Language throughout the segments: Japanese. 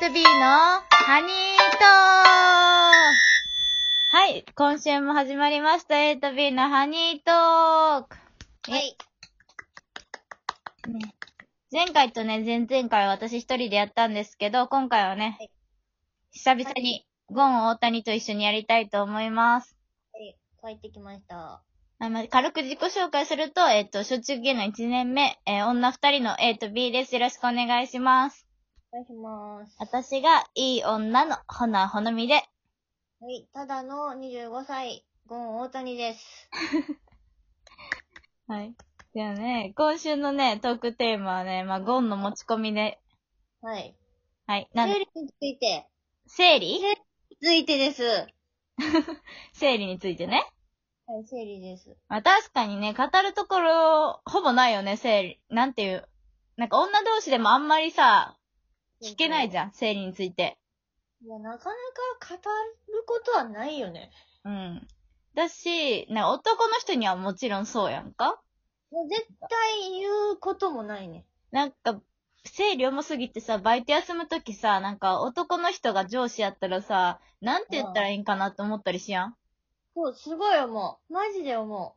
ツビーのハニートはい、今週も始まりました、A と B のハニートーク。はい。ね前回とね、前々回は私一人でやったんですけど、今回はね、はい久々にゴン大谷と一緒にやりたいと思います。帰ってきました。まあまあ軽く自己紹介すると、えっ、と、小中芸能1年目、えー女二人の A と B です。よろしくお願いします。お願いします。私がいい女のほなほのみで、はい。ただの25歳、ゴン大谷です。はい。ではね、今週のね、トークテーマはね、まあ、ゴンの持ち込みで、はい。はい。なん生で、理について。生理ついてです。は生理についてね。い、生理です。まあ、確かにね、語るところ、ほぼないよね、生理。なんていう。なんか女同士でもあんまりさ、聞けないじゃん、生理について。ん。いや、なかなか語ることはないよね。うん。だし、ね、男の人にはもちろんそうやんかもう絶対言うこともないね。なんか、生理重すぎてさ、バイト休むときさ、なんか男の人が上司やったらさ、なんて言ったらいいんかなって思ったりしやん。そう、すごい思う。マジで思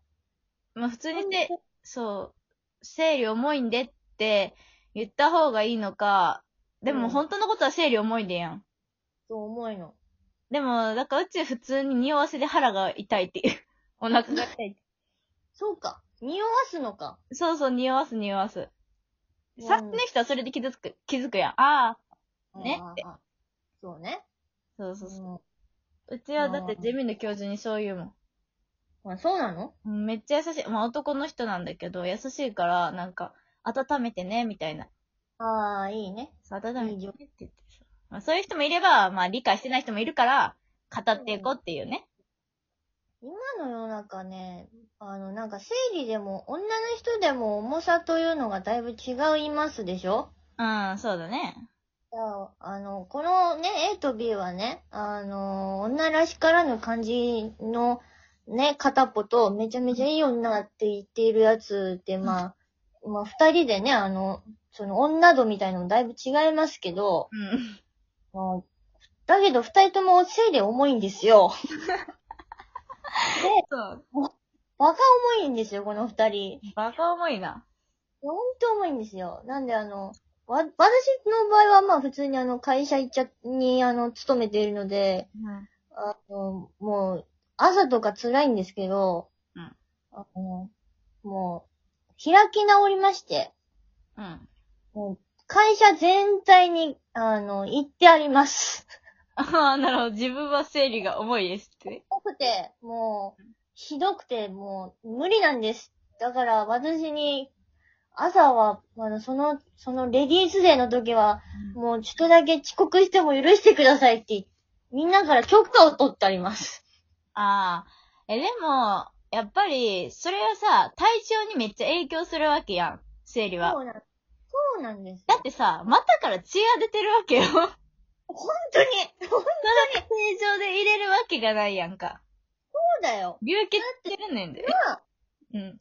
まあ普通う。にせ、そう、生理重いんでって言った方がいいのか、でうもん本当のことは生理重いでやん。そう思いの。でも、だからうち普通に匂わせで腹が痛いっていう。 お腹が痛い。そうか。匂わすのか。そうそう、匂わす匂わす。うん察すの人はそれで気づく、気づくやん。ああ、ねあー。あーそうね。そうそううそんう。うちはだってゼミの教授にそう言うもん。あ、そうなのうんめっちゃ優しい。まあ男の人なんだけど、優しいから、なんか、温めてね、みたいな。ああ、いいね。そう、温めていいねよって言ってさまあそういう人もいれば、まあ理解してない人もいるから、語っていこうっていうね。今の世の中ね、あの、なんか生理でも、女の人でも重さというのがだいぶ違いますでしょうん、そうだね。じゃあ、あの、このね、A と B はね、あの、女らしからぬ感じのね、片っぽと、めちゃめちゃいい女って言っているやつって、まあ、まあ、二人でね、あの、その女度みたいなのもだいぶ違いますけど、うん。まあだけど二人とも生理重いんですよ。 そう。バカ重いんですよ、この二人。バカ重いな。本当重いんですよ。なんであの、わ、私の場合はまあ普通にあの会社行っちゃ、にあの、勤めているので、あの、もう、朝とか辛いんですけど、うんあの、もう、開き直りまして、うん。うん。もう会社全体に、あの、行ってあります。ああ、なるほど。自分は生理が重いですって。重くて、もう、ひどくて、もう、無理なんです。だから、私に、朝は、あの、その、その、レディースデーの時は、もうちょっとだけ遅刻しても許してくださいって、みんなから許可を取ってあります。ああ。え、でも、やっぱり、それはさ、体調にめっちゃ影響するわけやん。生理は。うなん、そうなんです。だってさ、股から血が出てるわけ よ。本当に、そう正常で入れるわけがないやんか。だよ。流血してるねんで。うん。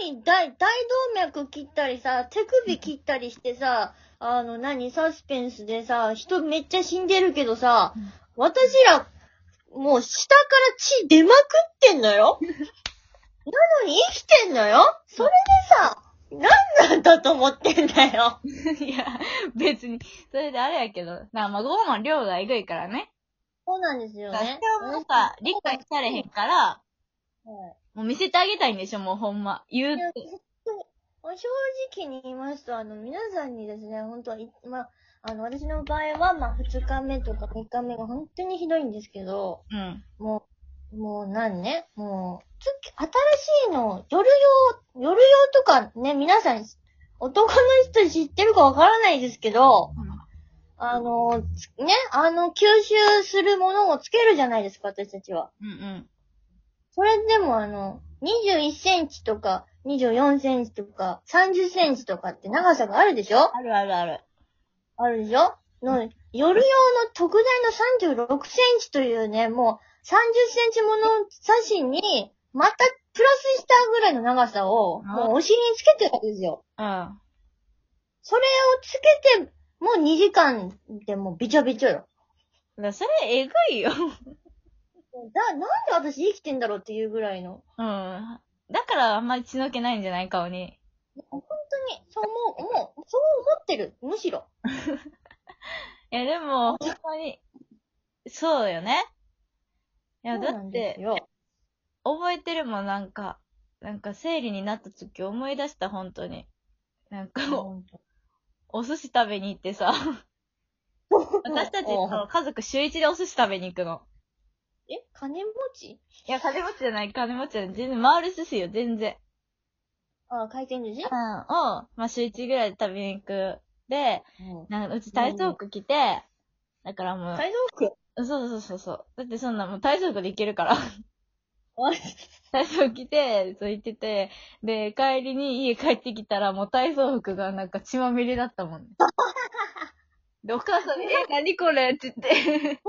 何、大、大動脈切ったりさ、手首切ったりしてさ、あの、何、サスペンスでさ、人めっちゃ死んでるけどさうん、私ら、もう下から血出まくってんのよなのに生きてんのよそれでさ、何なんだと思ってんだよ。 いや、別に。それであれやけど。なあ、まあ、ご飯量がえぐいからね。そうなんですよだからね人。はもさ、理解されへんから、はいもう見せてあげたいんでしょ、もうほんま。言ういやって。正直に言いますと、あの、皆さんにですね、本当はい、まあ、あの、私の場合は、まあ、2日目とか3日目が本当にひどいんですけど、うん。もう、もう何ね、もう、つ新しいの、夜用、夜用とかね、皆さん、男の人知ってるかわからないですけど、あの、つね、あの、吸収するものをつけるじゃないですか、私たちは。うんうん。それでもあの、21センチとか、24センチとか、30センチとかって長さがあるでしょあるあるある。あるでしょの、夜用の特大の36センチというね、もう30センチもの差しに、またプラスしたぐらいの長さを、もうお尻につけてるわけですよ。うん。それをつけてもう2時間でもうびちょびちょよ。らそれ、えぐいよ。 だ、なんで私生きてんだろうっていうぐらいの。うん。だからあんまり血の気ないんじゃない顔に。本当に、そう思う、もう、そう思ってる。むしろ。いや、でも、本当に、そうよね。いや、だそうなっんですて、よ。覚えてるもん、なんか、なんか生理になった時思い出した、本当に。なんか、本当お寿司食べに行ってさ、私たちの家族週一でお寿司食べに行くの。え金持ちいや、金持ちじゃない、金持ちじゃない。全然、回る寿司よ、全然。あ、回転寿司うん。を、まあ、週一ぐらいで食べに行く。で、なんかうち体操服着て、だからも体操服う、そうそうそうそう。だってそんな、もう体操服で行けるから。あ体操着て、そう行ってて、で、帰りに家帰ってきたら、もう体操服がなんか血まみれだったもんね。で、お母さんに、え、何これって言って。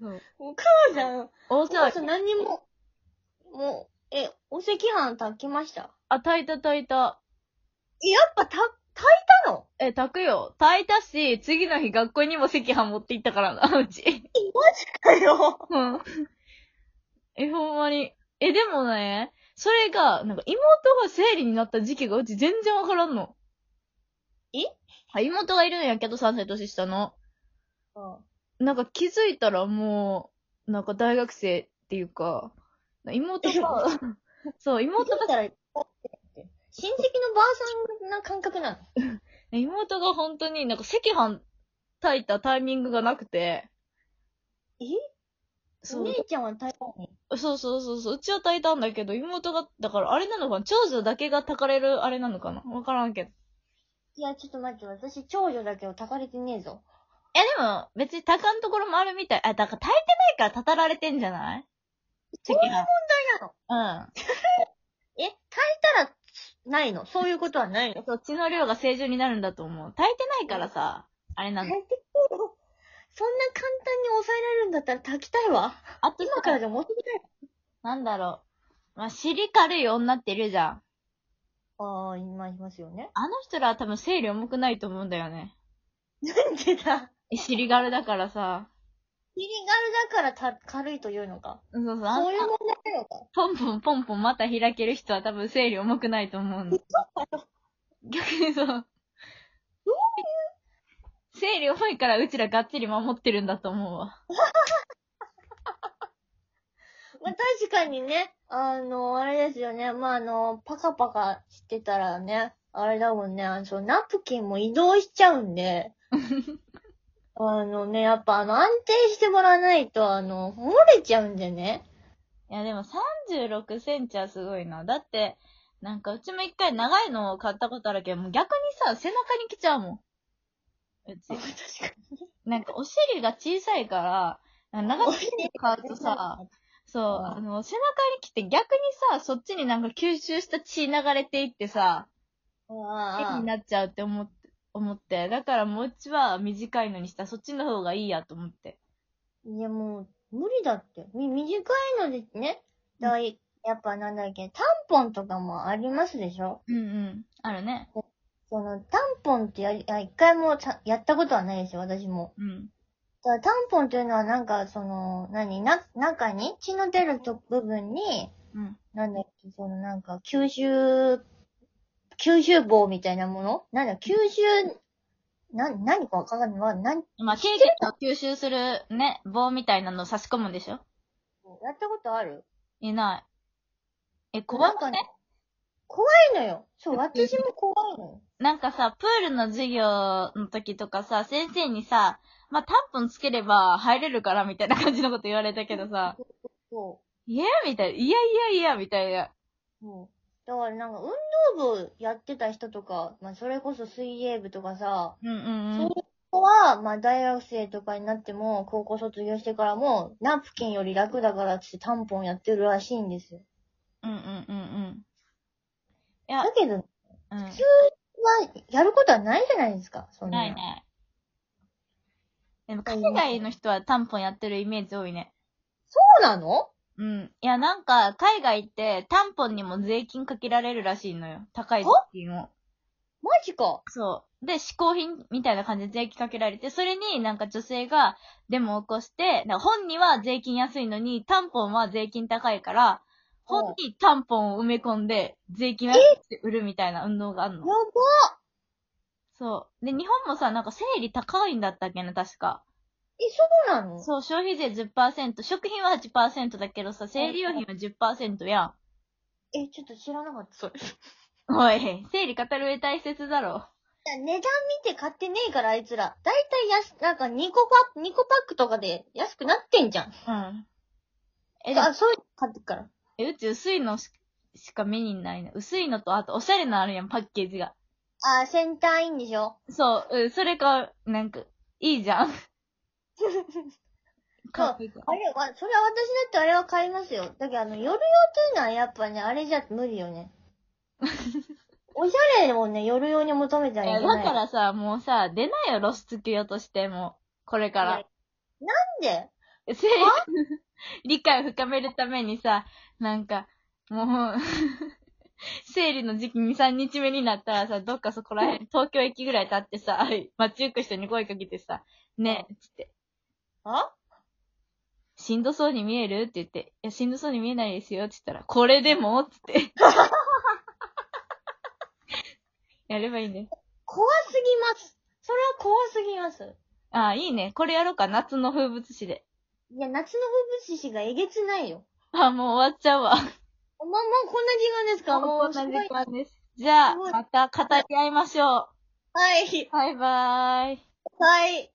そう。お母さん、大お母騒ぎさん何にも、もう、え、お赤飯炊きましたあ、炊いた炊いた。えやっぱ炊、炊いたのえ、炊くよ。炊いたし、次の日学校にも赤飯持って行ったからな、う ち。だよ。うん。え、ほんまに。え、でもね、それが、なんか妹が生理になった時期がうち全然わからんの。えあ妹がいるんやけど3歳年下の。なんか気づいたらもう、なんか大学生っていうか、妹 が、そう、妹妹がだったら、親戚のばあさんな感覚なの。妹が本当になんか赤飯炊いたタイミングがなくて。えそおう、姉ちゃんは炊いたのに。そうそうそうそう。うちは炊いたんだけど、妹が、だからあれなのかな長女だけが炊かれるあれなのかなわからんけど。いいや、ちょっと待って、私、長女だけど炊かれてねえぞ。やでも、別に炊かんところもあるみたい。あ、だから炊いてないからたたられてんじゃないそういう問問題なのうん。え、炊いたら、ないのそういうことはないのそう、血の量が正常になるんだと思う。炊いてないからさ、あれなの。炊いてくるそんな簡単に抑えられるんだったら炊きたいわ。あと今さ、からじゃ持ってきたいなんだろう。まあ、尻軽い女っているじゃん。わ。ああ、今いますよね。あの人らは多分生理重くないと思うんだよね。なんでだ。尻軽だからさ。ピリガルだからた軽いというのか。そうそう、あそのういう問題なのか。ポンポンポンポンまた開ける人は多分生理重くないと思うんだ。逆にそう。生理重いからうちらがっちり守ってるんだと思うわ。まあ確かにね、あの、あれですよね。まああの、パカパカしてたらね、あれだもんね、あの、そうナプキンも移動しちゃうん で。あのね、やっぱあの、安定してもらわないと、あの、漏れちゃうんでね。いやでも36センチはすごいな。だって、なんかうちも一回長いのを買ったことあるけど、もう逆にさ、背中に来ちゃうもん。うち。確かなんかお尻が小さいから、長く買うとさ、そう、あの、背中に来て逆にさ、そっちになんか吸収した血流れていってさ、絵になっちゃうって思って、思って。だからもううちは短いのにしたらそっちの方がいいやと思って。いや、もう、無理だって。み、短いのでね。だい、やっぱなんだっけ、タンポンとかもありますでしょうんうん。あるね。その、タンポンってやり、あ一回もちゃやったことはないですよ、私も。うん。だからタンポンというのはなんか、その、何、な、中に、血の出ると部分に、うん。なんだっけ、そのなんか、吸収、吸収棒みたいなものなんだ、吸収、な、何かわかんない。まあ、なん、やまあ、経血を吸収するね、棒みたいなの差し込むんでしょったことあるいない。え、怖くなんねか怖いのよ。そう、私も怖いのよ。なんかさ、プールの授業の時とかさ、先生にさ、まあ、タンポンつければ入れるからみたいな感じのこと言われたけどさ、そう。いやみたいな、いやいやいやみたいな。そう。だからなんか運動部やってた人とか、まあそれこそ水泳部とかさ、うんうんうそうんいう。子は、まあ大学生とかになっても、高校卒業してからも、ナプキンより楽だからっつってタンポンやってるらしいんですよ。うんうんうんうん。あだけど、は、うん。やることはないじゃないですか、そんな。ないね。でも、海外の人はタンポンやってるイメージ多いね。そうなのうん。いや、なんか、海外って、タンポンにも税金かけられるらしいのよ。高い税金を。マジか。そう。で、嗜好品みたいな感じで税金かけられて、それになんか女性がデモを起こして、なんか本には税金安いのに、担保は税金高いから、本に担保を埋め込んで、税金安くして売るみたいな運動があるやのば。そう。で、日本もさ、なんか整理高いんだったっけな、確か。え、そうなのそう、消費税10%、食品は8%だけどさ、生理用品は10%やん。え、ちょっと知らなかった、それ。おい、生理語る上大切だろ。値段見て買ってねえから、あいつら。だいたい安、なんか2個パ、2個パックとかで安くなってんじゃん。うん。え、でもあ、そういうの買ってっから。え、うち薄いのししか目にないな。薄いのと、あとおしゃれなのあるやん、パッケージが。あ、センターインでしょそう、うん、それか、なんか、いいじゃん。かっこいいじゃんあれは、それは私だってあれは買いますよ。だけどあの、夜用っていうのはやっぱね、あれじゃ無理よ ね。おしゃれをね、夜用に求めてはいいやけない。だからさ、もうさ、出ないよ、露出給与としても。これかいらや。なんでせ 理解を深めるためにさ、なんか、もう、 生理の時期2、3日目になったらさ、どっかそこら辺、東京駅ぐらい立ってさ、街行く人に声かけてさ、ねえ、つって、あしんどそうに見えるって言って、いや、しんどそうに見えないですよって言ったら、これでもつ って。やればいいね。怖すぎます。それは怖すぎます。ああ、いいね。これやろうか、夏の風物詩で。いや、夏の風物詩がえげつないよ。ああ、 もう終わっちゃうわ。もう、もうこんな時間ですかももううす同ごじい、時間です。じゃあ、すごいまた語り合いましょう。はい。バイバーイ。はい。